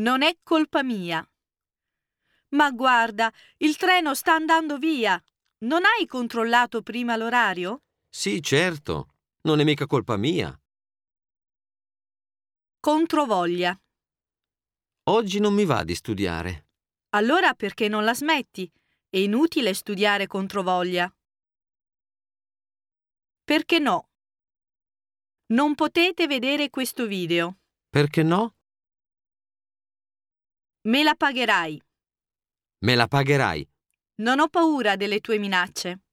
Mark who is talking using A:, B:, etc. A: Non è colpa mia. Ma guarda, il treno sta andando via. Non hai controllato prima l'orario?
B: Sì, certo, non è mica colpa mia.
A: Controvoglia.
B: Oggi non mi va di studiare.
A: Allora perché non la smetti? È inutile studiare controvoglia. Perché no? Non potete vedere questo video.
B: Perché no?
A: Me la pagherai.
B: Me la pagherai.
A: Non ho paura delle tue minacce.